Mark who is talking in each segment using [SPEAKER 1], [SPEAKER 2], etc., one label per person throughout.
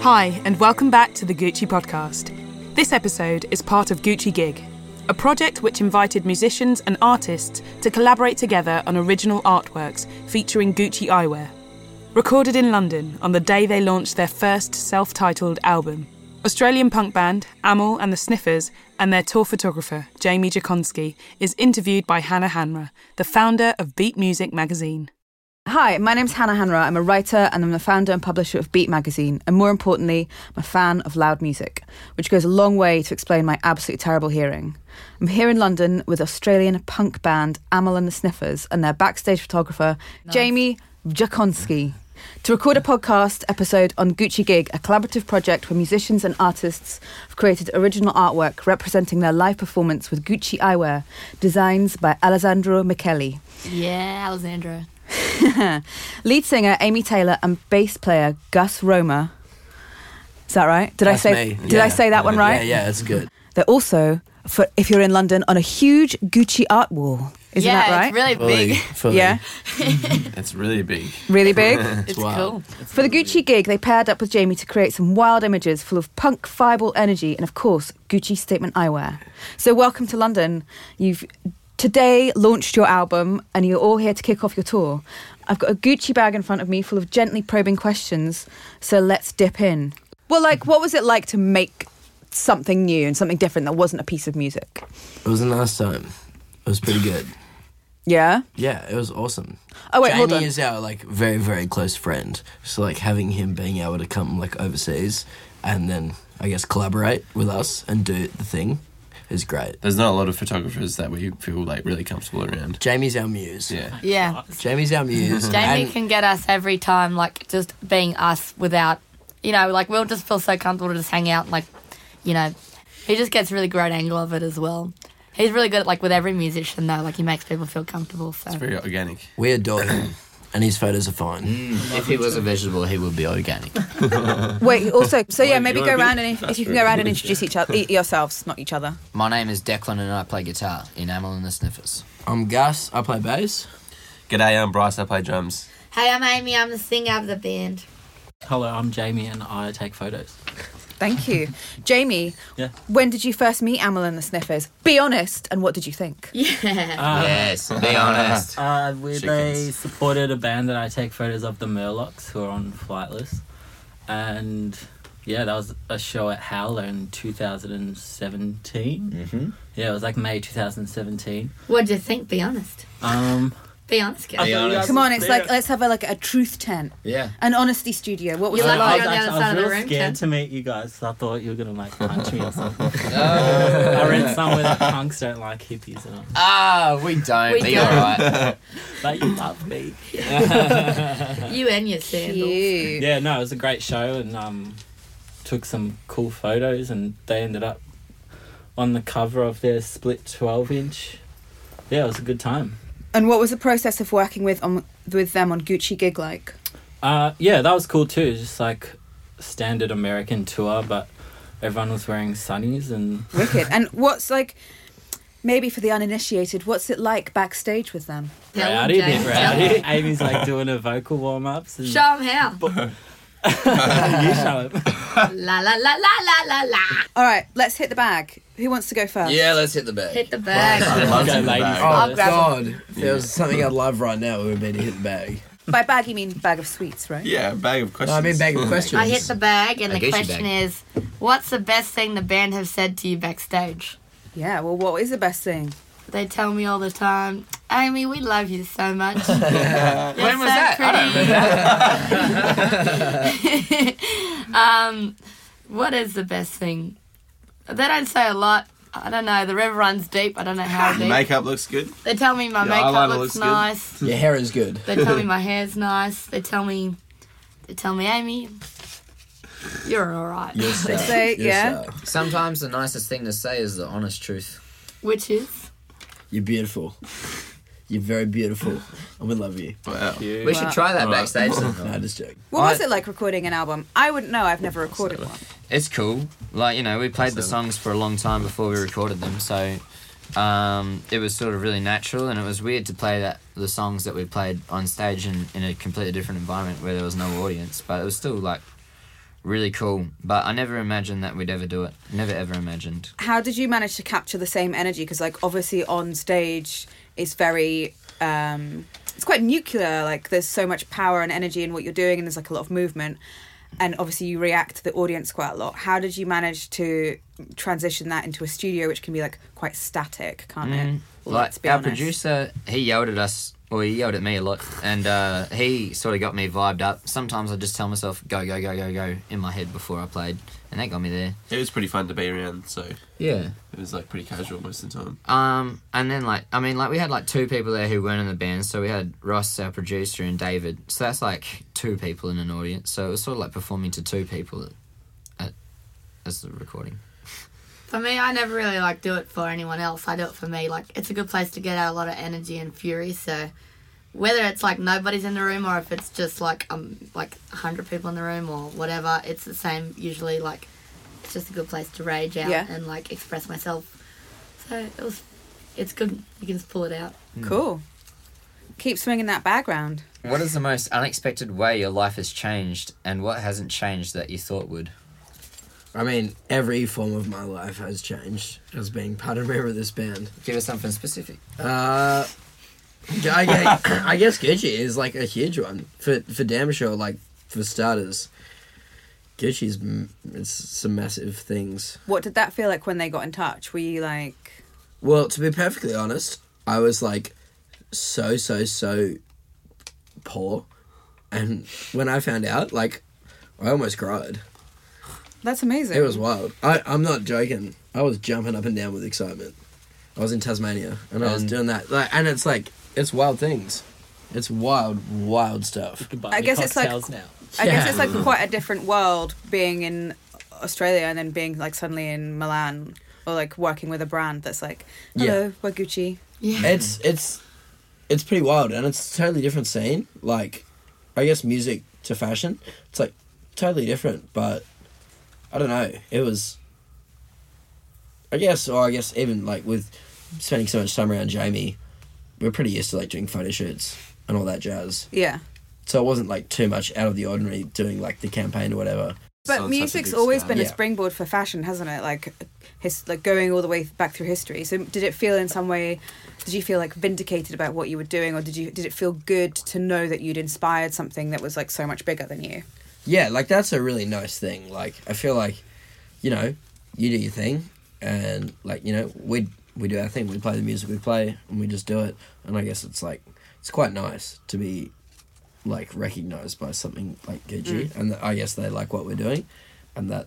[SPEAKER 1] Hi, and welcome back to the Gucci podcast. This episode is part of Gucci Gig, a project which invited musicians and artists to collaborate together on original artworks featuring Gucci eyewear. Recorded in London on the day they launched their first self titled album, Australian punk band Amel and the Sniffers and their tour photographer, Jamie Jakonski, is interviewed by Hannah Hanra, the founder of Beat Music magazine.
[SPEAKER 2] Hi, my name's Hannah Hanra. I'm a writer and I'm the founder and publisher of Beat Magazine, and more importantly, I'm a fan of loud music, which goes a long way to explain my absolutely terrible hearing. I'm here in London with Australian punk band Amel and the Sniffers and their backstage photographer, Jamie Jakonski. To record a podcast episode on Gucci Gig, a collaborative project where musicians and artists have created original artwork representing their live performance with Gucci eyewear, designs by Alessandro Micheli.
[SPEAKER 3] Yeah, Alexandra.
[SPEAKER 2] Lead singer Amy Taylor and bass player Gus Roma. Is that right? Did
[SPEAKER 4] That's
[SPEAKER 2] I say
[SPEAKER 4] me.
[SPEAKER 2] Did
[SPEAKER 4] Yeah.
[SPEAKER 2] I say that one right?
[SPEAKER 4] Yeah, yeah, that's good.
[SPEAKER 2] They're also for if you're in London on a huge Gucci art wall. Isn't
[SPEAKER 3] yeah,
[SPEAKER 2] that right?
[SPEAKER 3] it's really
[SPEAKER 4] Fully,
[SPEAKER 3] big.
[SPEAKER 4] fully.
[SPEAKER 2] Yeah.
[SPEAKER 4] it's really big.
[SPEAKER 2] really big.
[SPEAKER 4] It's,
[SPEAKER 3] It's
[SPEAKER 4] wild.
[SPEAKER 3] cool.
[SPEAKER 2] For the Gucci gig, they paired up with Jamie to create some wild images full of punk fireball energy and, of course, Gucci statement eyewear. So, welcome to London. You've today launched your album and you're all here to kick off your tour. I've got a Gucci bag in front of me full of gently probing questions. So, let's dip in. Well, like, what was it like to make something new and something different that wasn't a piece of music?
[SPEAKER 4] It was a nice time. It was pretty good.
[SPEAKER 2] Yeah?
[SPEAKER 4] Yeah, it was awesome.
[SPEAKER 2] Oh, wait,
[SPEAKER 4] Jamie
[SPEAKER 2] hold on.
[SPEAKER 4] is our like very very close friend. So like having him being able to come like overseas and then I guess collaborate with us and do the thing is great.
[SPEAKER 5] There's not a lot of photographers that we feel like really comfortable around.
[SPEAKER 4] Jamie's our muse.
[SPEAKER 5] Yeah.
[SPEAKER 3] Yeah.
[SPEAKER 4] Jamie's our muse.
[SPEAKER 3] Jamie
[SPEAKER 4] and-
[SPEAKER 3] can get us every time, like just being us without, you know, like we'll just feel so comfortable to just hang out and, like, you know, he just gets a really great angle of it as well. He's really good at, like, with every musician, though, like, he makes people feel comfortable. So,
[SPEAKER 5] It's very organic.
[SPEAKER 4] we adore him. And his photos are fine.
[SPEAKER 6] If he was a vegetable, he would be organic.
[SPEAKER 2] Wait, also, so yeah,
[SPEAKER 5] Wait,
[SPEAKER 2] maybe
[SPEAKER 5] you
[SPEAKER 2] go
[SPEAKER 5] wanna
[SPEAKER 2] around
[SPEAKER 5] be-
[SPEAKER 2] and if you can go around and introduce each other, yourselves, not each other.
[SPEAKER 6] My name is Declan, and I play guitar in Amel and the Sniffers.
[SPEAKER 4] I'm Gus. I play bass.
[SPEAKER 5] G'day, I'm Bryce. I play drums.
[SPEAKER 3] hey, I'm Amy, I'm the singer of the band.
[SPEAKER 7] Hello, I'm Jamie and I take photos.
[SPEAKER 2] Thank you. Jamie,
[SPEAKER 7] Yeah.
[SPEAKER 2] when did you first meet Amel and the Sniffers? Be honest, and what did you think?
[SPEAKER 6] yes, be honest.
[SPEAKER 7] Uh, we, they
[SPEAKER 5] Chickens.
[SPEAKER 7] supported a band that I take photos of, the Murlocs, who are on flight list. And yeah, that was a show at Howler in 2017. Mm-hmm. Yeah, it was like May 2017.
[SPEAKER 3] What'd you think? Be honest.
[SPEAKER 7] Um,
[SPEAKER 3] Be honest, guys.
[SPEAKER 6] Be honest.
[SPEAKER 2] Come on, it's like
[SPEAKER 7] Yeah.
[SPEAKER 2] let's have a, like a truth tent,
[SPEAKER 6] Yeah.
[SPEAKER 2] an honesty studio. What was
[SPEAKER 3] You
[SPEAKER 2] it
[SPEAKER 3] like
[SPEAKER 7] I
[SPEAKER 2] like?
[SPEAKER 7] was,
[SPEAKER 3] on the
[SPEAKER 7] actually,
[SPEAKER 3] other
[SPEAKER 7] I
[SPEAKER 3] side of
[SPEAKER 7] was
[SPEAKER 3] the
[SPEAKER 7] real
[SPEAKER 3] room, Ted.
[SPEAKER 7] scared to meet you guys. So I thought you were gonna like punch me or something.
[SPEAKER 6] Oh.
[SPEAKER 7] I read somewhere that punks don't like hippies, and I'm,
[SPEAKER 6] Ah, we don't.
[SPEAKER 3] We
[SPEAKER 6] be
[SPEAKER 3] don't.
[SPEAKER 6] alright.
[SPEAKER 7] but you love me.
[SPEAKER 3] You and your sandals.
[SPEAKER 2] Cute.
[SPEAKER 7] Yeah, no, it was a great show and um, took some cool photos and they ended up on the cover of their split 12 inch. Yeah, it was a good time.
[SPEAKER 2] And what was the process of working with on with them on Gucci gig like?
[SPEAKER 7] Uh, yeah, that was cool too. Just like standard American tour, but everyone was wearing sunnies and
[SPEAKER 2] Wicked. and what's like? Maybe for the uninitiated, what's it like backstage with them?
[SPEAKER 3] Tell them,
[SPEAKER 7] rowdy, a bit
[SPEAKER 3] James, tell them.
[SPEAKER 7] rowdy. Amy's like doing her vocal warm ups and
[SPEAKER 3] Show 'em how.
[SPEAKER 7] you show it.
[SPEAKER 3] la la la la la la la.
[SPEAKER 2] All right, let's hit the bag. Who wants to go first?
[SPEAKER 6] Yeah, let's hit the bag.
[SPEAKER 3] Hit the bag.
[SPEAKER 7] I'll go
[SPEAKER 5] in the
[SPEAKER 7] ladies
[SPEAKER 5] bag.
[SPEAKER 4] Oh,
[SPEAKER 7] first.
[SPEAKER 4] God. If there was something I'd love right now, it would be to hit the bag.
[SPEAKER 2] By bag you mean bag of sweets, right?
[SPEAKER 5] Yeah, a bag of
[SPEAKER 4] No,
[SPEAKER 5] questions.
[SPEAKER 4] I mean bag of questions.
[SPEAKER 3] I hit the bag, and
[SPEAKER 6] I
[SPEAKER 3] the
[SPEAKER 6] guess you
[SPEAKER 3] question
[SPEAKER 6] bag.
[SPEAKER 3] is, what's the best thing the band have said to you backstage?
[SPEAKER 2] Yeah. Well, what is the best thing?
[SPEAKER 3] They tell me all the time, Amy, we love you so much. You're
[SPEAKER 6] When was
[SPEAKER 3] so
[SPEAKER 6] that? I don't
[SPEAKER 3] pretty." um, what is the best thing? They don't say a lot. I don't know. The river runs deep. I don't know how
[SPEAKER 5] The
[SPEAKER 3] deep.
[SPEAKER 5] makeup looks good.
[SPEAKER 3] they tell me my
[SPEAKER 5] Your
[SPEAKER 3] makeup
[SPEAKER 5] eyeliner
[SPEAKER 3] looks
[SPEAKER 5] looks good.
[SPEAKER 3] nice.
[SPEAKER 4] Your hair is good.
[SPEAKER 3] They tell me my hair's nice. They tell me, they tell me, Amy, you're all right.
[SPEAKER 2] They say, yeah.
[SPEAKER 4] You're, so-
[SPEAKER 6] Sometimes the nicest thing to say is the honest truth.
[SPEAKER 3] Which is
[SPEAKER 4] you're beautiful. You're very beautiful, and we love you.
[SPEAKER 5] Wow.
[SPEAKER 6] We should try that backstage
[SPEAKER 4] No,
[SPEAKER 6] sometime.
[SPEAKER 4] just joke.
[SPEAKER 2] What was
[SPEAKER 6] I-
[SPEAKER 2] it like recording an album? I wouldn't know. I've never recorded one.
[SPEAKER 6] It's cool. Like, you know, we played the songs for a long time before we recorded them, so um, it was sort of really natural and it was weird to play that the songs that we played on stage in, in a completely different environment where there was no audience, but it was still like really cool. But I never imagined that we'd ever do it. Never ever imagined.
[SPEAKER 2] How did you manage to capture the same energy? Because like obviously on stage, it's very um, it's quite nuclear. Like there's so much power and energy in what you're doing, and there's like a lot of movement. And obviously you react to the audience quite a lot. How did you manage to transition that into a studio, which can be like quite static, can't it? Well,
[SPEAKER 6] Mm. like
[SPEAKER 2] let's be
[SPEAKER 6] our
[SPEAKER 2] honest.
[SPEAKER 6] producer, he yelled at us, or he yelled at me a lot, and uh, he sort of got me vibed up. Sometimes I just tell myself go go go go go in my head before I played, and that got me there.
[SPEAKER 5] It was pretty fun to be around, so
[SPEAKER 6] Yeah.
[SPEAKER 5] it was like pretty casual most of the time.
[SPEAKER 6] Um, and then like I mean like we had like two people there who weren't in the band, so we had Ross, our producer, and David. So that's like two people in an audience. So it was sort of like performing to two people at, at as the recording.
[SPEAKER 3] For me, I never really like do it for anyone else. I do it for me. Like it's a good place to get out a lot of energy and fury. So whether it's like nobody's in the room or if it's just like um like hundred people in the room or whatever, it's the same. Usually, like it's just a good place to rage out
[SPEAKER 2] Yeah.
[SPEAKER 3] and like express myself. So it was, it's good. You can just pull it out.
[SPEAKER 6] Mm.
[SPEAKER 2] Cool. Keep swinging that background.
[SPEAKER 6] What is the most unexpected way your life has changed, and what hasn't changed that you thought would?
[SPEAKER 4] I mean, every form of my life has changed as being part of member of this band.
[SPEAKER 6] Give us something specific.
[SPEAKER 4] Uh, I guess, I guess Gucci is like a huge one for for damn sure. Like for starters, Gucci's m- it's some massive things.
[SPEAKER 2] What did that feel like when they got in touch? Were you like,
[SPEAKER 4] Well, to be perfectly honest, I was like so so so poor, and when I found out, like I almost cried.
[SPEAKER 2] that's amazing?
[SPEAKER 4] It was wild. I I'm not joking. I was jumping up and down with excitement. I was in Tasmania and I was
[SPEAKER 6] And-
[SPEAKER 4] doing that. Like, and it's like it's wild things. It's wild, wild stuff.
[SPEAKER 7] Goodbye.
[SPEAKER 2] I
[SPEAKER 7] me
[SPEAKER 2] guess it's like-
[SPEAKER 7] cocktails now.
[SPEAKER 2] I guess it's
[SPEAKER 4] Yeah.
[SPEAKER 2] like quite a different world being in Australia and then being like suddenly in Milan or like working with a brand that's like, hello, we're Gucci.
[SPEAKER 4] it's it's it's pretty wild and it's a totally different scene like i guess music to fashion it's like totally different but i don't know it was i guess or i guess even like with spending so much time around jamie we're pretty used to like doing photo shoots and all that jazz
[SPEAKER 2] Yeah.
[SPEAKER 4] so it wasn't like too much out of the ordinary doing like the campaign or whatever
[SPEAKER 2] But
[SPEAKER 5] Sounds such a
[SPEAKER 2] music's
[SPEAKER 5] big
[SPEAKER 2] always
[SPEAKER 5] step.
[SPEAKER 2] been a
[SPEAKER 4] Yeah.
[SPEAKER 2] springboard for fashion, hasn't it? Like his like going all the way back through history. So did it feel in some way did you feel like vindicated about what you were doing or did you did it feel good to know that you'd inspired something that was like so much bigger than you?
[SPEAKER 4] yeah, like that's a really nice thing. Like I feel like, you know, you do your thing, and like you know, we we do our thing. We play the music we play, and we just do it. And I guess it's like it's quite nice to be like recognized by something like Gucci,
[SPEAKER 3] Mm.
[SPEAKER 4] and that I guess they like what we're doing, and that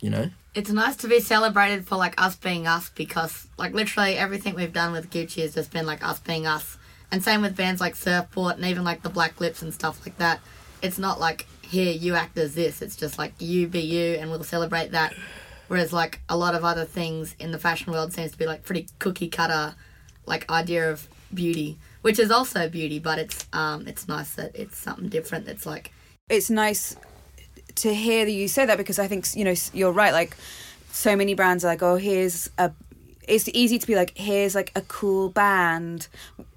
[SPEAKER 4] you know,
[SPEAKER 3] It's nice to be celebrated for like us being us because like literally everything we've done with Gucci has just been like us being us. And same with bands like Surfport and even like the Black Lips and stuff like that. It's not like here you act as this. It's just like you be you and we'll celebrate that. Whereas like a lot of other things in the fashion world seems to be like pretty cookie cutter like idea of beauty, which is also beauty, but it's um it's nice that it's something different. It's like
[SPEAKER 2] it's nice to hear that you say that because I think you know s- you're right. Like so many brands are like, oh, here's a. It's easy to be like, here's like a cool band,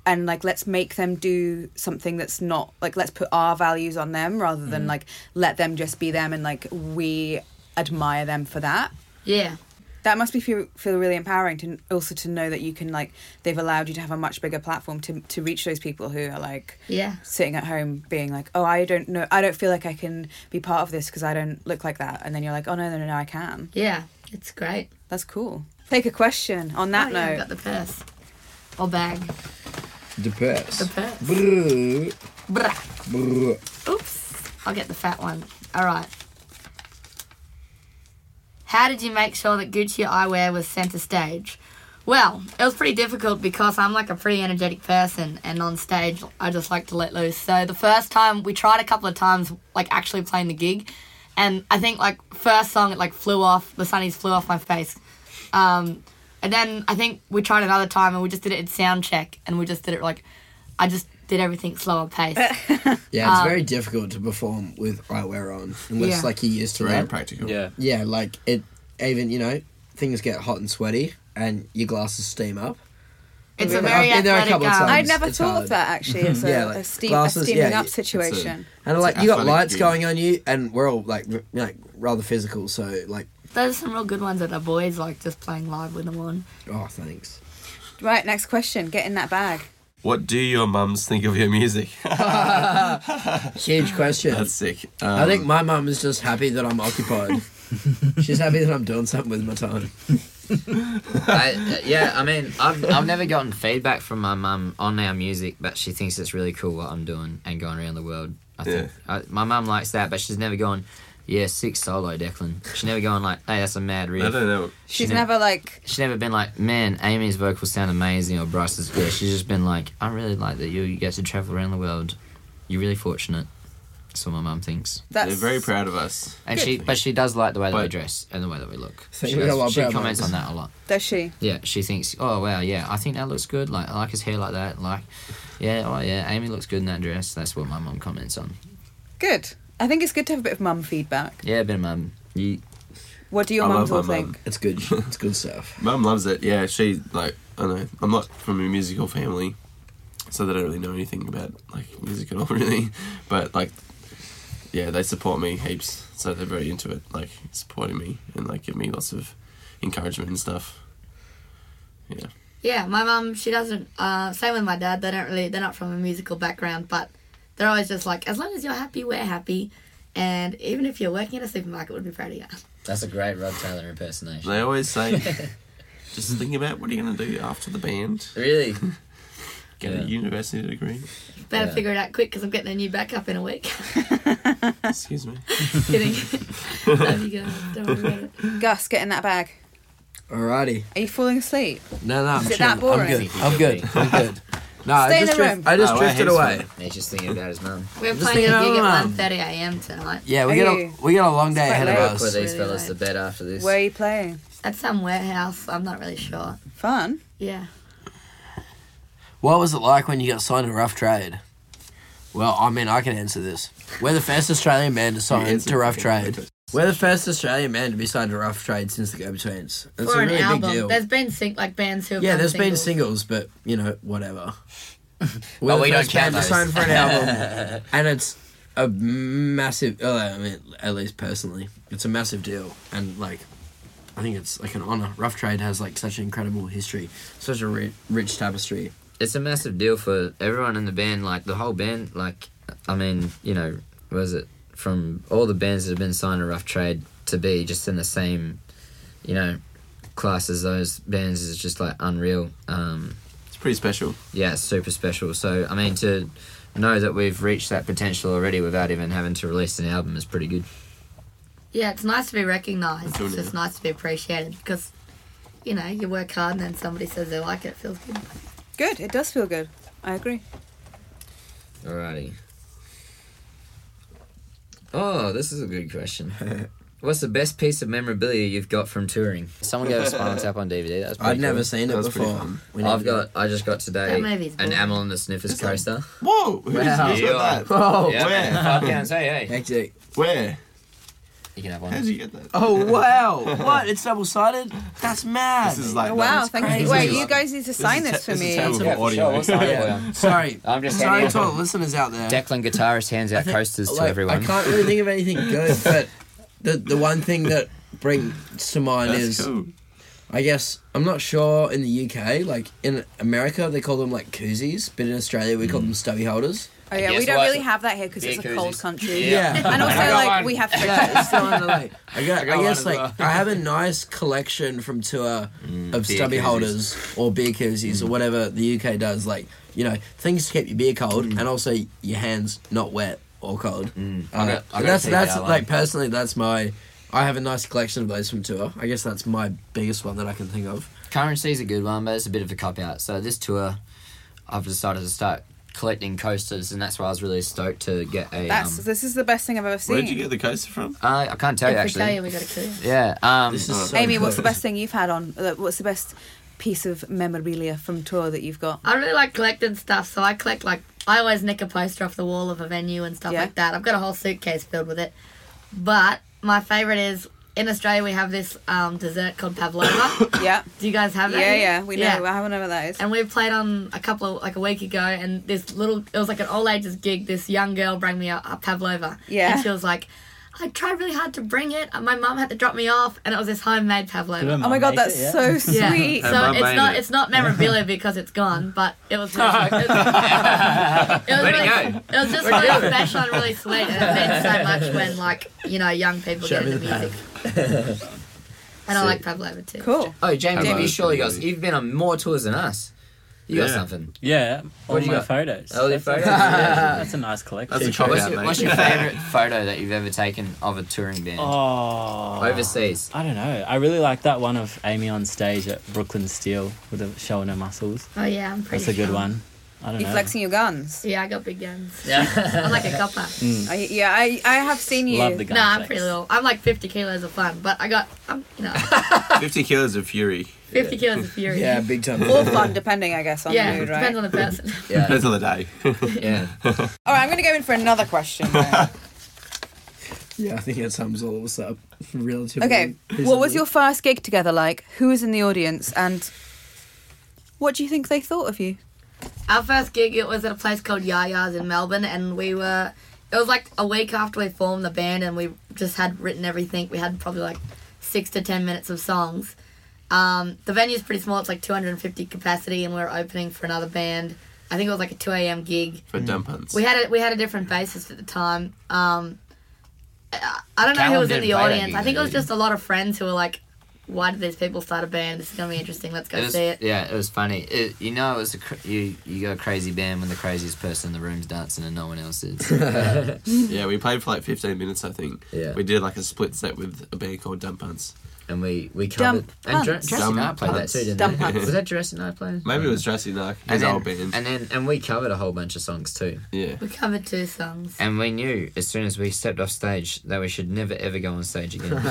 [SPEAKER 2] and like let's make them do something that's not like let's put our values on them rather than like let them just be them and like we admire them for that.
[SPEAKER 3] yeah.
[SPEAKER 2] That must be feel, feel really empowering to also to know that you can like they've allowed you to have a much bigger platform to to reach those people who are like
[SPEAKER 3] Yeah.
[SPEAKER 2] sitting at home being like, oh, I don't know, I don't feel like I can be part of this because I don't look like that. And then you're like, oh, no, no, no, no, I can.
[SPEAKER 3] Yeah. It's great.
[SPEAKER 2] That's cool. Take a question on that
[SPEAKER 3] Oh, yeah, I've
[SPEAKER 2] note.
[SPEAKER 3] got the purse. Or bag.
[SPEAKER 4] the
[SPEAKER 3] The
[SPEAKER 4] purse.
[SPEAKER 3] purse.
[SPEAKER 4] Brrr,
[SPEAKER 3] Brr.
[SPEAKER 4] brrr.
[SPEAKER 3] Oops. I'll get the fat one. All right. How did you make sure that Gucci eyewear was centre stage? Well, it was pretty difficult because I'm like a pretty energetic person, and on stage I just like to let loose. So the first time we tried a couple of times, like actually playing the gig, and I think like first song it like flew off, the sunnies flew off my face, um, and then I think we tried another time and we just did it in sound check, and we just did it like, I just did everything slower pace.
[SPEAKER 4] Yeah, it's very difficult to perform with eyewear on unless
[SPEAKER 3] Uh, Yeah.
[SPEAKER 4] like you're used to
[SPEAKER 5] Very
[SPEAKER 4] that.
[SPEAKER 5] impractical.
[SPEAKER 7] Yeah.
[SPEAKER 4] Yeah, like it. Even you know, things get hot and sweaty, and your glasses steam up,
[SPEAKER 3] It's a
[SPEAKER 2] Really?
[SPEAKER 3] very
[SPEAKER 4] I've been there a
[SPEAKER 3] athletic
[SPEAKER 4] couple of
[SPEAKER 3] um,
[SPEAKER 4] times.
[SPEAKER 2] I'd never
[SPEAKER 4] it's
[SPEAKER 2] thought
[SPEAKER 4] hard.
[SPEAKER 2] of that actually as a,
[SPEAKER 4] Yeah, like
[SPEAKER 2] a, steam,
[SPEAKER 4] glasses,
[SPEAKER 2] a steaming
[SPEAKER 4] yeah,
[SPEAKER 2] up
[SPEAKER 4] it's a-
[SPEAKER 2] situation.
[SPEAKER 4] And like
[SPEAKER 5] an
[SPEAKER 4] you got
[SPEAKER 5] athletic
[SPEAKER 4] lights
[SPEAKER 5] gym.
[SPEAKER 4] going on you, and we're all like r- like rather physical, so like
[SPEAKER 3] Those are some real good ones that I've always like just playing live with them on.
[SPEAKER 4] oh thanks.
[SPEAKER 2] Right, next question. Get in that bag.
[SPEAKER 5] What do your mums think of your music?
[SPEAKER 4] Huge question.
[SPEAKER 5] That's sick.
[SPEAKER 4] I
[SPEAKER 5] Um,
[SPEAKER 4] think my mum is just happy that I'm occupied. She's happy that I'm doing something with my time.
[SPEAKER 6] I, yeah, I mean, I've, I've never gotten feedback from my mum on our music, but she thinks it's really cool what I'm doing and going around the world. I think I, my mum likes that, but she's never gone. Yeah, sick solo, Declan. She's never gone like, hey, that's a mad riff.
[SPEAKER 5] Um, I don't know.
[SPEAKER 2] She's
[SPEAKER 6] She ne-
[SPEAKER 2] never like,
[SPEAKER 6] She's never been like, man, Amy's vocals sound amazing or Bryce's. Yeah, she's just been like, I really like that you, you get to travel around the world. You're really fortunate. That's what my mum thinks.
[SPEAKER 2] that's.
[SPEAKER 5] They're very proud of us.
[SPEAKER 6] And she, but she does like the way that we
[SPEAKER 5] But-
[SPEAKER 6] dress and the way that we look.
[SPEAKER 4] Think
[SPEAKER 6] She,
[SPEAKER 4] we got a lot of
[SPEAKER 6] does, she
[SPEAKER 4] proud
[SPEAKER 6] comments on
[SPEAKER 4] moments.
[SPEAKER 6] that a lot.
[SPEAKER 2] Does she?
[SPEAKER 6] Yeah, she thinks, oh wow, yeah, I think that looks good. Like, I like his hair like that. Like, yeah, oh yeah, Amy looks good in that dress. That's what my mum comments on.
[SPEAKER 2] Good. I think it's good to have a bit of mum feedback.
[SPEAKER 6] Yeah, bit of mum. You,
[SPEAKER 2] What do your
[SPEAKER 5] I
[SPEAKER 2] mums all
[SPEAKER 5] love my
[SPEAKER 2] think?
[SPEAKER 5] mum.
[SPEAKER 4] It's good. It's good stuff.
[SPEAKER 5] Mum loves it. Yeah, she like I don't know. I'm not from a musical family, so they don't really know anything about like music at all, really. But like, yeah, they support me heaps. So they're very into it, like supporting me and like give me lots of encouragement and stuff. Yeah,
[SPEAKER 3] Yeah, my mum, she doesn't. Uh, same with my dad. They don't really. They're not from a musical background, but they're always just like, as long as you're happy, we're happy. And even if you're working at a supermarket, we'd be proud of you.
[SPEAKER 6] that's a great Rod Taylor impersonation.
[SPEAKER 5] they always say, just think about what are you gonna do after the band?
[SPEAKER 6] Really?
[SPEAKER 5] Get
[SPEAKER 6] Yeah.
[SPEAKER 5] a university degree?
[SPEAKER 3] Better
[SPEAKER 6] Yeah.
[SPEAKER 3] figure it out quick because I'm getting a new backup in a week.
[SPEAKER 5] Excuse me.
[SPEAKER 3] Kidding. no, you go. Don't worry about it.
[SPEAKER 2] Gus, get in that bag.
[SPEAKER 4] Alrighty.
[SPEAKER 2] Are you falling asleep?
[SPEAKER 4] No, no, I'm
[SPEAKER 2] Is it
[SPEAKER 4] chill.
[SPEAKER 2] that boring?
[SPEAKER 4] I'm good. I'm good. I'm good.
[SPEAKER 2] Stay
[SPEAKER 4] No, I
[SPEAKER 2] in
[SPEAKER 4] just
[SPEAKER 2] the
[SPEAKER 4] drift-
[SPEAKER 2] room.
[SPEAKER 4] I just
[SPEAKER 5] Oh, I
[SPEAKER 4] drifted
[SPEAKER 5] hate
[SPEAKER 4] away.
[SPEAKER 5] swimming.
[SPEAKER 6] He's just thinking about his mum.
[SPEAKER 3] We're
[SPEAKER 4] Just
[SPEAKER 3] playing a
[SPEAKER 4] thinking,
[SPEAKER 3] gig
[SPEAKER 4] oh,
[SPEAKER 3] at
[SPEAKER 4] mum.
[SPEAKER 3] 1.30 a.m. tonight
[SPEAKER 4] Yeah, we
[SPEAKER 2] Are
[SPEAKER 4] got
[SPEAKER 2] you-
[SPEAKER 4] a we got a long day
[SPEAKER 2] quite
[SPEAKER 4] ahead of
[SPEAKER 2] late.
[SPEAKER 6] Put
[SPEAKER 4] us.
[SPEAKER 6] these
[SPEAKER 3] Really
[SPEAKER 6] fellas
[SPEAKER 3] late.
[SPEAKER 6] to bed after this.
[SPEAKER 2] Where are you playing?
[SPEAKER 3] at some warehouse. I'm not really sure.
[SPEAKER 2] Fun.
[SPEAKER 3] Yeah.
[SPEAKER 4] What was it like when you got signed to Rough Trade? Well, I mean, I can answer this. We're the first Australian man to sign
[SPEAKER 5] answered
[SPEAKER 4] to Rough
[SPEAKER 5] fucking
[SPEAKER 4] Trade. We're the first Australian man to be signed to Rough Trade since the Go Betweens. It's
[SPEAKER 3] For
[SPEAKER 4] a
[SPEAKER 3] an
[SPEAKER 4] really big
[SPEAKER 3] album.
[SPEAKER 4] deal.
[SPEAKER 3] There's been sing- like bands who have
[SPEAKER 4] Yeah,
[SPEAKER 3] done
[SPEAKER 4] there's been
[SPEAKER 3] singles.
[SPEAKER 4] singles, but you know, whatever.
[SPEAKER 6] Oh,
[SPEAKER 4] the
[SPEAKER 6] we don't
[SPEAKER 4] first
[SPEAKER 6] count
[SPEAKER 4] band to
[SPEAKER 6] those.
[SPEAKER 4] sign for an album, and it's a massive. oh, I mean, at least personally, it's a massive deal, and like, I think it's like an honor. Rough Trade has like such an incredible history, such a ri- rich tapestry.
[SPEAKER 6] it's a massive deal for everyone in the band, like the whole band. Like, I mean, you know, was it from all the bands that have been signed to Rough Trade to be just in the same, you know, class as those bands is just like unreal. Um,
[SPEAKER 5] It's pretty special.
[SPEAKER 6] yeah, it's super special. So, I mean, to know that we've reached that potential already without even having to release an album is pretty good.
[SPEAKER 3] Yeah, it's nice to be recognised.
[SPEAKER 5] Until
[SPEAKER 3] It's just
[SPEAKER 5] now.
[SPEAKER 3] nice to be appreciated because, you know, you work hard and then somebody says they like it, it feels good.
[SPEAKER 2] Good. It does feel good. I agree.
[SPEAKER 6] Alrighty. Oh, this is a good question. What's the best piece of memorabilia you've got from touring? Someone gave us Spinal Tap on DVD. That's pretty
[SPEAKER 4] I've never
[SPEAKER 6] cool.
[SPEAKER 4] seen it
[SPEAKER 5] That was pretty
[SPEAKER 4] before.
[SPEAKER 5] fun.
[SPEAKER 4] We
[SPEAKER 6] I've
[SPEAKER 4] need to-
[SPEAKER 6] got. I just got today
[SPEAKER 3] That movie's
[SPEAKER 6] an
[SPEAKER 3] boring.
[SPEAKER 6] Amel and the Sniffers coaster.
[SPEAKER 5] Whoa! Who's,
[SPEAKER 6] Wow.
[SPEAKER 5] who's got that?
[SPEAKER 4] Oh,
[SPEAKER 6] Yeah,
[SPEAKER 5] Where?
[SPEAKER 6] five pounds. Hey, hey.
[SPEAKER 4] hectic.
[SPEAKER 5] Where?
[SPEAKER 6] You can have
[SPEAKER 5] How'd
[SPEAKER 6] one.
[SPEAKER 5] you get that?
[SPEAKER 4] Oh wow! what? It's double sided. That's mad.
[SPEAKER 5] This is like
[SPEAKER 2] Oh,
[SPEAKER 5] that
[SPEAKER 2] wow,
[SPEAKER 5] was
[SPEAKER 2] thank you.
[SPEAKER 5] crazy.
[SPEAKER 2] Wait,
[SPEAKER 5] This
[SPEAKER 2] you
[SPEAKER 5] is-
[SPEAKER 2] guys need to
[SPEAKER 5] is
[SPEAKER 2] sign
[SPEAKER 5] te-
[SPEAKER 2] this for
[SPEAKER 5] this is
[SPEAKER 2] me.
[SPEAKER 5] terrible.
[SPEAKER 6] Yeah, for sure. We'll sign
[SPEAKER 5] Oh,
[SPEAKER 6] it for you.
[SPEAKER 4] Sorry,
[SPEAKER 6] I'm just
[SPEAKER 4] sorry
[SPEAKER 6] handing
[SPEAKER 4] to all the listeners out there.
[SPEAKER 6] Declan Guitarist hands out
[SPEAKER 4] think-
[SPEAKER 6] coasters to
[SPEAKER 4] like, I
[SPEAKER 6] everyone.
[SPEAKER 4] can't really think of anything good, but the the one thing that brings to mind
[SPEAKER 5] That's
[SPEAKER 4] is
[SPEAKER 5] cool.
[SPEAKER 4] I guess I'm not sure in the UK, like in America they call them like koozies, but in Australia we
[SPEAKER 5] Mm.
[SPEAKER 4] call them stubby holders.
[SPEAKER 2] Oh yeah, we
[SPEAKER 6] Guess
[SPEAKER 2] don't
[SPEAKER 6] what?
[SPEAKER 2] really have that here because
[SPEAKER 6] Beer
[SPEAKER 2] it's a cold
[SPEAKER 6] koozies.
[SPEAKER 2] country.
[SPEAKER 6] Yeah.
[SPEAKER 2] And also,
[SPEAKER 4] I got
[SPEAKER 2] like,
[SPEAKER 6] one.
[SPEAKER 2] we have
[SPEAKER 4] Yeah,
[SPEAKER 2] fridges.
[SPEAKER 4] it's still under like I got, I,
[SPEAKER 6] I got
[SPEAKER 4] guess
[SPEAKER 6] one
[SPEAKER 4] like
[SPEAKER 6] as
[SPEAKER 4] I have a nice collection from tour of
[SPEAKER 6] beer
[SPEAKER 4] stubby
[SPEAKER 6] koozies.
[SPEAKER 4] holders or beer koozies or whatever the UK does, like you know things to keep your beer cold and also your hands not wet or cold.
[SPEAKER 6] I
[SPEAKER 4] Uh,
[SPEAKER 6] got- I got
[SPEAKER 4] that's
[SPEAKER 6] a
[SPEAKER 4] that's
[SPEAKER 6] PBR one.
[SPEAKER 4] like personally that's my. I have a nice collection of those from tour. I guess that's my biggest one that I can think of.
[SPEAKER 6] Currency's a good one, but it's a bit of a cop out. So this tour, I've decided to start collecting coasters, and that's why I was really stoked to get a.
[SPEAKER 2] That's
[SPEAKER 6] um,
[SPEAKER 2] this is the best thing I've ever seen.
[SPEAKER 5] Where'd you get the coaster from?
[SPEAKER 6] uh, I can't tell you
[SPEAKER 3] if we tell
[SPEAKER 6] actually.
[SPEAKER 3] you, we got to clue.
[SPEAKER 6] Yeah. Um,
[SPEAKER 4] This is so
[SPEAKER 2] Amy, what's the
[SPEAKER 4] cool.
[SPEAKER 2] best thing you've had on? uh, What's the best piece of memorabilia from tour that you've got?
[SPEAKER 3] I really like collecting stuff, so I collect like I always nick a poster off the wall of a venue and stuff
[SPEAKER 2] Yeah.
[SPEAKER 3] like that. I've got a whole suitcase filled with it. But my favorite is in Australia we have this um, dessert called pavlova.
[SPEAKER 2] Yeah.
[SPEAKER 3] Do you guys have that?
[SPEAKER 2] Yeah,
[SPEAKER 3] here?
[SPEAKER 2] yeah. We know. I don't know what that is.
[SPEAKER 3] And we played on a couple of like a week ago, and this little it was like an all ages gig. This young girl brought me a, a pavlova.
[SPEAKER 2] Yeah.
[SPEAKER 3] And she was like, I tried really hard to bring it. and My mum had to drop me off, and it was this homemade pavlova.
[SPEAKER 2] Oh my god, that's so
[SPEAKER 3] Yeah.
[SPEAKER 2] sweet.
[SPEAKER 5] Her
[SPEAKER 3] So
[SPEAKER 5] mum
[SPEAKER 3] it's
[SPEAKER 5] made
[SPEAKER 3] not
[SPEAKER 5] it.
[SPEAKER 3] it's not memorabilia because it's gone, but it was. Really, it was, it was
[SPEAKER 6] Where'd it
[SPEAKER 3] really,
[SPEAKER 6] go?
[SPEAKER 3] it was just really special and really sweet, and it meant so much when like you know young people
[SPEAKER 4] Show
[SPEAKER 3] get
[SPEAKER 4] me
[SPEAKER 3] into
[SPEAKER 4] the
[SPEAKER 3] music. and I like pavlova too.
[SPEAKER 2] Cool.
[SPEAKER 6] Oh, James,
[SPEAKER 5] Hello,
[SPEAKER 6] you surely got.
[SPEAKER 5] everybody.
[SPEAKER 6] You've been on more tours than us. You got
[SPEAKER 5] Yeah.
[SPEAKER 6] something.
[SPEAKER 7] Yeah, all
[SPEAKER 6] What do you
[SPEAKER 7] my
[SPEAKER 6] got?
[SPEAKER 7] photos.
[SPEAKER 6] All your
[SPEAKER 7] that's,
[SPEAKER 6] photos?
[SPEAKER 7] A, that's a nice collection.
[SPEAKER 5] That's a
[SPEAKER 4] Check
[SPEAKER 5] cop
[SPEAKER 6] What's
[SPEAKER 5] out,
[SPEAKER 6] your,
[SPEAKER 5] mate.
[SPEAKER 6] what's your favorite photo that you've ever taken of a touring band
[SPEAKER 7] oh,
[SPEAKER 6] overseas?
[SPEAKER 7] I don't know. I really like that one of Amy on stage at Brooklyn Steel with her showing her muscles.
[SPEAKER 3] Oh yeah, I'm pretty.
[SPEAKER 7] That's a good
[SPEAKER 3] sure.
[SPEAKER 7] one. I don't
[SPEAKER 2] You
[SPEAKER 7] know.
[SPEAKER 2] flexing your guns.
[SPEAKER 3] Yeah, I got big guns.
[SPEAKER 6] Yeah.
[SPEAKER 3] I'm like a copper.
[SPEAKER 2] I, yeah, I, I have seen you.
[SPEAKER 7] Love the gun.
[SPEAKER 3] No, I'm
[SPEAKER 7] flex.
[SPEAKER 3] pretty little. I'm like 50 kilos of fun, but I got, I'm, you know,
[SPEAKER 5] 50 kilos of fury.
[SPEAKER 3] 50 kilos of fury.
[SPEAKER 4] Yeah, big time.
[SPEAKER 2] Or fun, depending, I guess, on
[SPEAKER 3] Yeah,
[SPEAKER 2] the mood, right?
[SPEAKER 3] depends on the person.
[SPEAKER 6] Yeah.
[SPEAKER 5] Depends on the day.
[SPEAKER 6] yeah.
[SPEAKER 2] All right, I'm going to go in for another question. then.
[SPEAKER 4] Yeah, I think that sums all of us up relatively.
[SPEAKER 2] okay, what was your first gig together like? Who was in the audience? And what do you think they thought of you?
[SPEAKER 3] Our first gig, it was at a place called Yaya's in Melbourne, and we were, it was like a week after we formed the band, and we just had written everything. We had probably like six to 10 minutes of songs. Um, the venue's pretty small, it's like 250 capacity, and we were opening for another band. I think it was like a 2 a.m. gig.
[SPEAKER 5] For dump hunts.
[SPEAKER 3] We had a, we had a different bassist at the time. Um, I, I don't know who
[SPEAKER 6] Callum
[SPEAKER 3] was in the
[SPEAKER 6] didn't play that
[SPEAKER 3] audience.
[SPEAKER 6] gig,
[SPEAKER 3] I think it was
[SPEAKER 6] did he?
[SPEAKER 3] just a lot of friends who were like, "Why did these people start a band? This is gonna be interesting. Let's go
[SPEAKER 6] It was,
[SPEAKER 3] see it."
[SPEAKER 6] yeah, it was funny. It, you know, it was a cr- you. You got a crazy band when the craziest person in the room's dancing and no one else is.
[SPEAKER 5] Yeah, we played for like 15 minutes, I think.
[SPEAKER 6] Yeah.
[SPEAKER 5] We did like a split set with a band called Dump Hunts.
[SPEAKER 6] and we we covered
[SPEAKER 2] Dump
[SPEAKER 6] and Dr-
[SPEAKER 2] punts.
[SPEAKER 6] Jurassic
[SPEAKER 5] Dump
[SPEAKER 6] Knight played that
[SPEAKER 5] punts.
[SPEAKER 6] too, didn't
[SPEAKER 2] Dump
[SPEAKER 6] they?
[SPEAKER 2] punts.
[SPEAKER 6] Was that Jurassic Knight playing?
[SPEAKER 5] Maybe
[SPEAKER 4] Mm.
[SPEAKER 5] it was Jurassic Nark,
[SPEAKER 6] and
[SPEAKER 5] his
[SPEAKER 6] then,
[SPEAKER 5] old band.
[SPEAKER 6] And then and we covered a whole bunch of songs too.
[SPEAKER 5] yeah.
[SPEAKER 3] We covered two songs.
[SPEAKER 6] And we knew as soon as we stepped off stage that we should never ever go on stage again.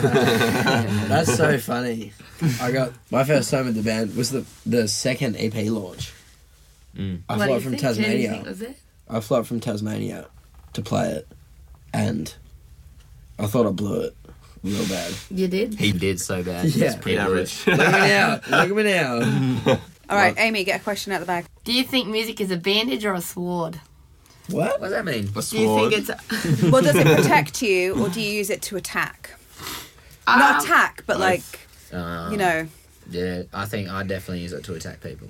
[SPEAKER 4] That's so funny. I got my first time with the band was the the second EP launch.
[SPEAKER 6] Mm.
[SPEAKER 3] What do
[SPEAKER 4] I flew
[SPEAKER 3] you
[SPEAKER 4] up from
[SPEAKER 3] think? Who do you
[SPEAKER 4] Tasmania.
[SPEAKER 3] think was it?
[SPEAKER 4] I flew up from Tasmania to play it, and I thought I blew it real bad.
[SPEAKER 3] You did.
[SPEAKER 6] he did so bad. It was
[SPEAKER 4] Yeah.
[SPEAKER 5] Pretty
[SPEAKER 6] pretty good.
[SPEAKER 5] average.
[SPEAKER 4] Look at me now. Look at me now.
[SPEAKER 2] All right, Amy, get a question out the bag.
[SPEAKER 3] Do you think music is a bandage or a sword?
[SPEAKER 4] What?
[SPEAKER 6] What does that mean?
[SPEAKER 5] A
[SPEAKER 3] Do you
[SPEAKER 5] sword.
[SPEAKER 3] think it's? A,
[SPEAKER 2] Well, does it protect you, or do you use it to attack? Not
[SPEAKER 3] um,
[SPEAKER 2] attack, but like,
[SPEAKER 6] Uh,
[SPEAKER 2] you know.
[SPEAKER 6] Yeah, I think I definitely use it to attack people.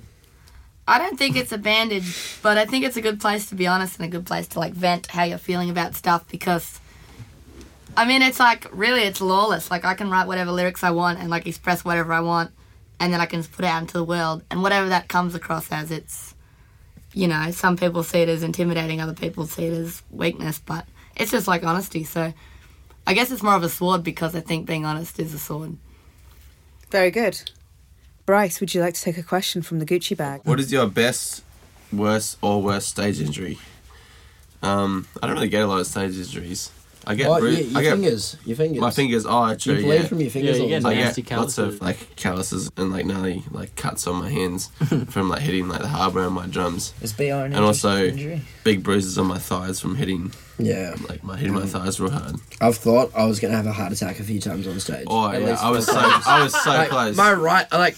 [SPEAKER 3] I don't think it's a bandage, but I think it's a good place to be honest and a good place to like vent how you're feeling about stuff because I mean it's like really it's lawless. Like I can write whatever lyrics I want and like express whatever I want and then I can just put it out into the world and whatever that comes across as it's you know, some people see it as intimidating, other people see it as weakness, but it's just like honesty. So I guess it's more of a sword because I think being honest is a sword.
[SPEAKER 2] Very good. Bryce, would you like to take a question from the Gucci bag?
[SPEAKER 5] What is your best, worst, or worst stage injury? Um, I don't really get a lot of stage injuries. I get,
[SPEAKER 4] Oh,
[SPEAKER 5] bru-
[SPEAKER 4] yeah, your
[SPEAKER 5] I get
[SPEAKER 4] fingers. Your fingers.
[SPEAKER 5] my fingers. Oh,
[SPEAKER 4] You
[SPEAKER 5] true.
[SPEAKER 4] bleed
[SPEAKER 5] yeah.
[SPEAKER 4] from your fingers.
[SPEAKER 7] Yeah, you
[SPEAKER 4] all
[SPEAKER 7] get
[SPEAKER 4] the
[SPEAKER 5] I
[SPEAKER 4] time.
[SPEAKER 5] get
[SPEAKER 7] Nasty
[SPEAKER 5] lots
[SPEAKER 7] calluses.
[SPEAKER 5] of like calluses and like gnarly like cuts on my hands from like hitting like the hardware on my drums,
[SPEAKER 6] Is BR an
[SPEAKER 5] and also big bruises on my thighs from hitting
[SPEAKER 4] Yeah,
[SPEAKER 5] like my hitting my thighs real hard.
[SPEAKER 4] I've thought I was gonna have a heart attack a few times on stage.
[SPEAKER 5] Oh
[SPEAKER 4] At
[SPEAKER 5] yeah,
[SPEAKER 4] least
[SPEAKER 5] I was
[SPEAKER 4] four
[SPEAKER 5] so
[SPEAKER 4] times.
[SPEAKER 5] I was so
[SPEAKER 4] Like,
[SPEAKER 5] close.
[SPEAKER 4] My right, I like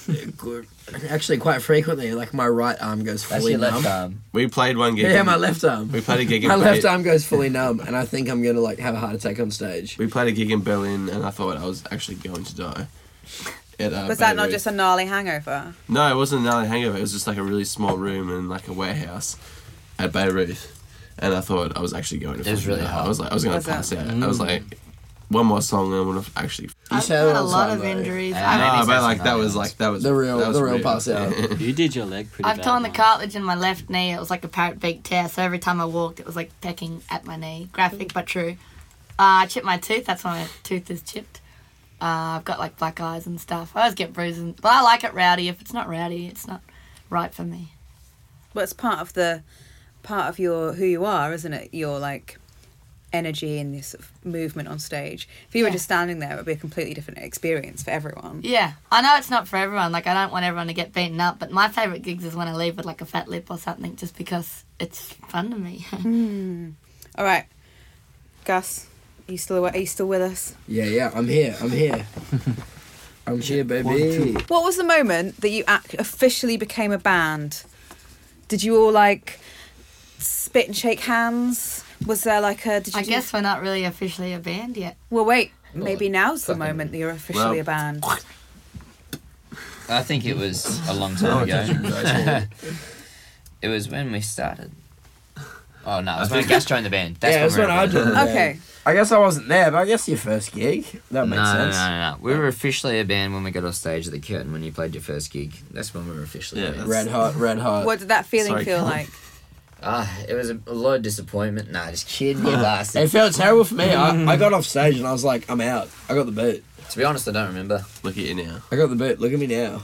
[SPEAKER 4] actually quite frequently. Like my right arm goes
[SPEAKER 6] That's
[SPEAKER 4] fully
[SPEAKER 6] your left
[SPEAKER 4] numb.
[SPEAKER 8] um,
[SPEAKER 6] arm.
[SPEAKER 5] we played one gig.
[SPEAKER 4] Yeah, my left arm.
[SPEAKER 5] We played a gig. In
[SPEAKER 4] My left
[SPEAKER 5] Ba-
[SPEAKER 4] arm goes fully numb, and I think I'm gonna like have a heart attack on stage.
[SPEAKER 5] We played a gig in Berlin, and I thought I was actually going to die. At, uh,
[SPEAKER 2] Was that
[SPEAKER 5] Bayreuth.
[SPEAKER 2] not just a gnarly hangover?
[SPEAKER 5] No, it wasn't another hangover. It was just like a really small room in like a warehouse at Beirut, and I thought I was actually going to.
[SPEAKER 6] It was
[SPEAKER 5] fucking
[SPEAKER 6] really
[SPEAKER 5] die.
[SPEAKER 6] hot.
[SPEAKER 5] I was like, I was going
[SPEAKER 2] Was
[SPEAKER 5] to
[SPEAKER 2] it?
[SPEAKER 5] pass out. I was
[SPEAKER 4] Mm.
[SPEAKER 5] like, one more song, and I would have actually.
[SPEAKER 4] You
[SPEAKER 3] I've
[SPEAKER 4] say
[SPEAKER 3] had
[SPEAKER 4] that
[SPEAKER 3] a
[SPEAKER 4] all the
[SPEAKER 3] lot
[SPEAKER 4] time,
[SPEAKER 3] of
[SPEAKER 4] though.
[SPEAKER 3] injuries.
[SPEAKER 6] Yeah.
[SPEAKER 3] I've-
[SPEAKER 5] No,
[SPEAKER 6] makes
[SPEAKER 5] but
[SPEAKER 6] sense
[SPEAKER 5] like
[SPEAKER 6] on
[SPEAKER 5] that
[SPEAKER 6] that
[SPEAKER 5] was
[SPEAKER 6] one.
[SPEAKER 5] like that was
[SPEAKER 4] The real-
[SPEAKER 5] that was
[SPEAKER 4] the real
[SPEAKER 5] brutal.
[SPEAKER 4] pass out.
[SPEAKER 5] Yeah.
[SPEAKER 7] You did your leg pretty.
[SPEAKER 3] I've
[SPEAKER 7] bad,
[SPEAKER 3] torn the
[SPEAKER 7] mate.
[SPEAKER 3] cartilage in my left knee. It was like a parrot beak tear. So every time I walked, it was like pecking at my knee. Graphic but true. Uh, I chipped my tooth. That's why my tooth is chipped. Uh, I've got like black eyes and stuff. I always get bruises, but I like it rowdy. If it's not rowdy, it's not right for me.
[SPEAKER 2] Well, it's part of the part of your who you are, isn't it? Your like energy and this sort of movement on stage. If you were
[SPEAKER 3] Yeah.
[SPEAKER 2] just standing there, it would be a completely different experience for everyone.
[SPEAKER 3] Yeah, I know it's not for everyone. Like I don't want everyone to get beaten up, but my favorite gigs is when I leave with like a fat lip or something, just because it's fun to me.
[SPEAKER 2] All right, Gus, You still awa- are you still with us?
[SPEAKER 4] Yeah, yeah, I'm here. I'm here. I'm here, baby.
[SPEAKER 2] What was the moment that you ac- officially became a band? Did you all like spit and shake hands? Was there like a? Did you
[SPEAKER 3] I
[SPEAKER 2] do-
[SPEAKER 3] guess we're not really officially a band yet.
[SPEAKER 2] Well, wait. Maybe now's the
[SPEAKER 6] fucking-
[SPEAKER 2] moment that you're officially
[SPEAKER 5] Well,
[SPEAKER 2] a band.
[SPEAKER 8] I think it was a long time ago. it was when we started. Oh no, it was when
[SPEAKER 5] think-
[SPEAKER 8] Gas joined the band. That's
[SPEAKER 4] yeah, that's
[SPEAKER 8] when
[SPEAKER 4] what
[SPEAKER 8] we
[SPEAKER 4] I
[SPEAKER 8] were
[SPEAKER 4] did.
[SPEAKER 2] Okay.
[SPEAKER 4] I guess I wasn't there, but I guess your first gig. That makes
[SPEAKER 6] no,
[SPEAKER 4] sense.
[SPEAKER 6] No, no, no, no. We were officially a band when we got off stage at the curtain when you played your first gig. That's when we were officially
[SPEAKER 5] Yeah,
[SPEAKER 6] a band.
[SPEAKER 5] that's-
[SPEAKER 4] Red hot, red hot.
[SPEAKER 2] What did that feeling
[SPEAKER 5] Sorry,
[SPEAKER 2] feel
[SPEAKER 5] Colin.
[SPEAKER 2] like?
[SPEAKER 6] Ah, it was a, a lot of disappointment. Nah, just kidding. You
[SPEAKER 4] It
[SPEAKER 6] bastard.
[SPEAKER 4] felt terrible for me. I, I got off stage and I was like, I'm out. I got the boot.
[SPEAKER 6] to be honest, I don't remember.
[SPEAKER 5] Look at you now.
[SPEAKER 4] I got the boot. Look at me now.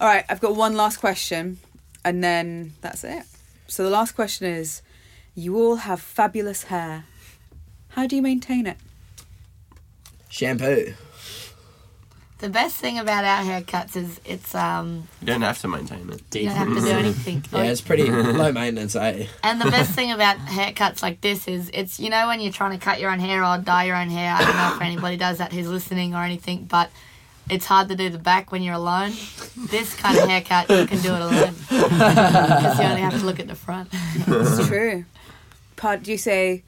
[SPEAKER 2] All right, I've got one last question, and then that's it. So the last question is: You all have fabulous hair. How do you maintain it?
[SPEAKER 4] Shampoo.
[SPEAKER 3] The best thing about our haircuts is it's um
[SPEAKER 5] You don't have to maintain it.
[SPEAKER 3] you don't have to do anything.
[SPEAKER 4] Yeah, it's pretty low maintenance, eh?
[SPEAKER 3] And the best thing about haircuts like this is it's you know when you're trying to cut your own hair or dye your own hair. I don't know if anybody does that who's listening or anything, but it's hard to do the back when you're alone. This kind of haircut you can do it alone because you only have to look at the front.
[SPEAKER 2] It's true. Part, do you say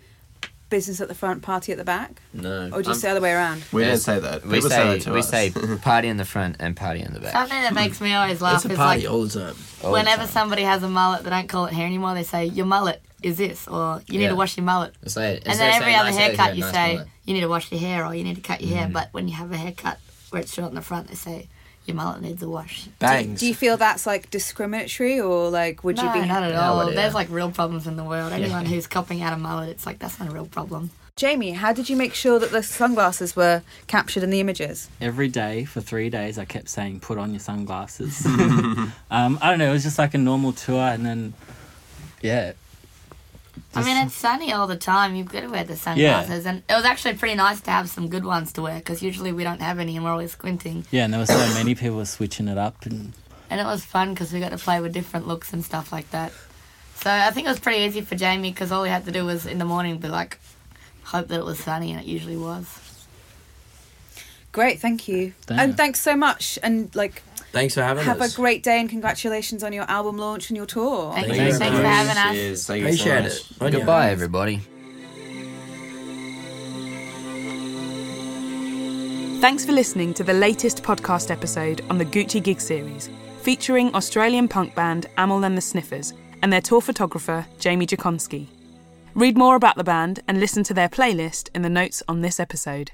[SPEAKER 2] business at the front, party at the back,
[SPEAKER 6] No.
[SPEAKER 3] Oh,
[SPEAKER 2] or do you
[SPEAKER 6] I'm-
[SPEAKER 2] say the other way around?
[SPEAKER 5] We
[SPEAKER 6] Yes.
[SPEAKER 5] don't say that.
[SPEAKER 6] We
[SPEAKER 5] People
[SPEAKER 6] say,
[SPEAKER 5] that to
[SPEAKER 6] we
[SPEAKER 5] us.
[SPEAKER 6] say party in the front and party in the back.
[SPEAKER 3] Something that makes me always laugh
[SPEAKER 4] It's a
[SPEAKER 3] is
[SPEAKER 4] party
[SPEAKER 3] like
[SPEAKER 4] all the time.
[SPEAKER 6] all the
[SPEAKER 3] whenever
[SPEAKER 6] time.
[SPEAKER 3] somebody has a mullet, they don't call it hair anymore. They say your mullet is this, or you need
[SPEAKER 6] Yeah.
[SPEAKER 3] to wash your mullet.
[SPEAKER 6] It's like-
[SPEAKER 3] and
[SPEAKER 6] instead
[SPEAKER 3] then
[SPEAKER 6] of
[SPEAKER 3] every
[SPEAKER 6] saying
[SPEAKER 3] other
[SPEAKER 6] nice haircut,
[SPEAKER 3] haircut, you
[SPEAKER 6] nice
[SPEAKER 3] say
[SPEAKER 6] mullet. Mm-hmm.
[SPEAKER 3] you need to wash your hair or you need to cut your hair. But when you have a haircut where it's short in the front, they say your mullet needs a wash.
[SPEAKER 4] Bangs.
[SPEAKER 2] Do you feel that's like discriminatory, or like would
[SPEAKER 3] no,
[SPEAKER 2] you be?
[SPEAKER 3] not at
[SPEAKER 6] Yeah,
[SPEAKER 3] all.
[SPEAKER 6] but, yeah.
[SPEAKER 3] There's like real problems in the world. Anyone who's copying out a mullet, it's like that's not a real problem.
[SPEAKER 2] Jamie, how did you make sure that the sunglasses were captured in the images?
[SPEAKER 7] Every day for three days, I kept saying, "Put on your sunglasses." um, I don't know. It was just like a normal tour, and then yeah,
[SPEAKER 3] I mean, it's sunny all the time. You've got to wear the sunglasses, and it was actually pretty nice to have some good ones to wear because usually we don't have any, and we're always squinting.
[SPEAKER 7] yeah. And there were so many people switching it up, and
[SPEAKER 3] and it was fun because we got to play with different looks and stuff like that. So I think it was pretty easy for Jamie because all he had to do was in the morning be like, hope that it was sunny, and it usually was.
[SPEAKER 2] Great, thank you,
[SPEAKER 7] Damn.
[SPEAKER 2] and thanks so much, and like
[SPEAKER 4] Thanks for having
[SPEAKER 2] have a
[SPEAKER 4] us.
[SPEAKER 2] great day, and congratulations on your album launch and your tour.
[SPEAKER 3] Thank,
[SPEAKER 4] Thank
[SPEAKER 3] you.
[SPEAKER 4] you
[SPEAKER 3] Thanks for
[SPEAKER 4] very
[SPEAKER 3] having us.
[SPEAKER 5] Cheers. Thank you so
[SPEAKER 4] Appreciate
[SPEAKER 5] much.
[SPEAKER 4] it.
[SPEAKER 6] Goodbye, everybody.
[SPEAKER 1] Thanks for listening to the latest podcast episode on the Gucci Gig series, featuring Australian punk band Amel and the Sniffers and their tour photographer, Jamie Jakonski. Read more about the band and listen to their playlist in the notes on this episode.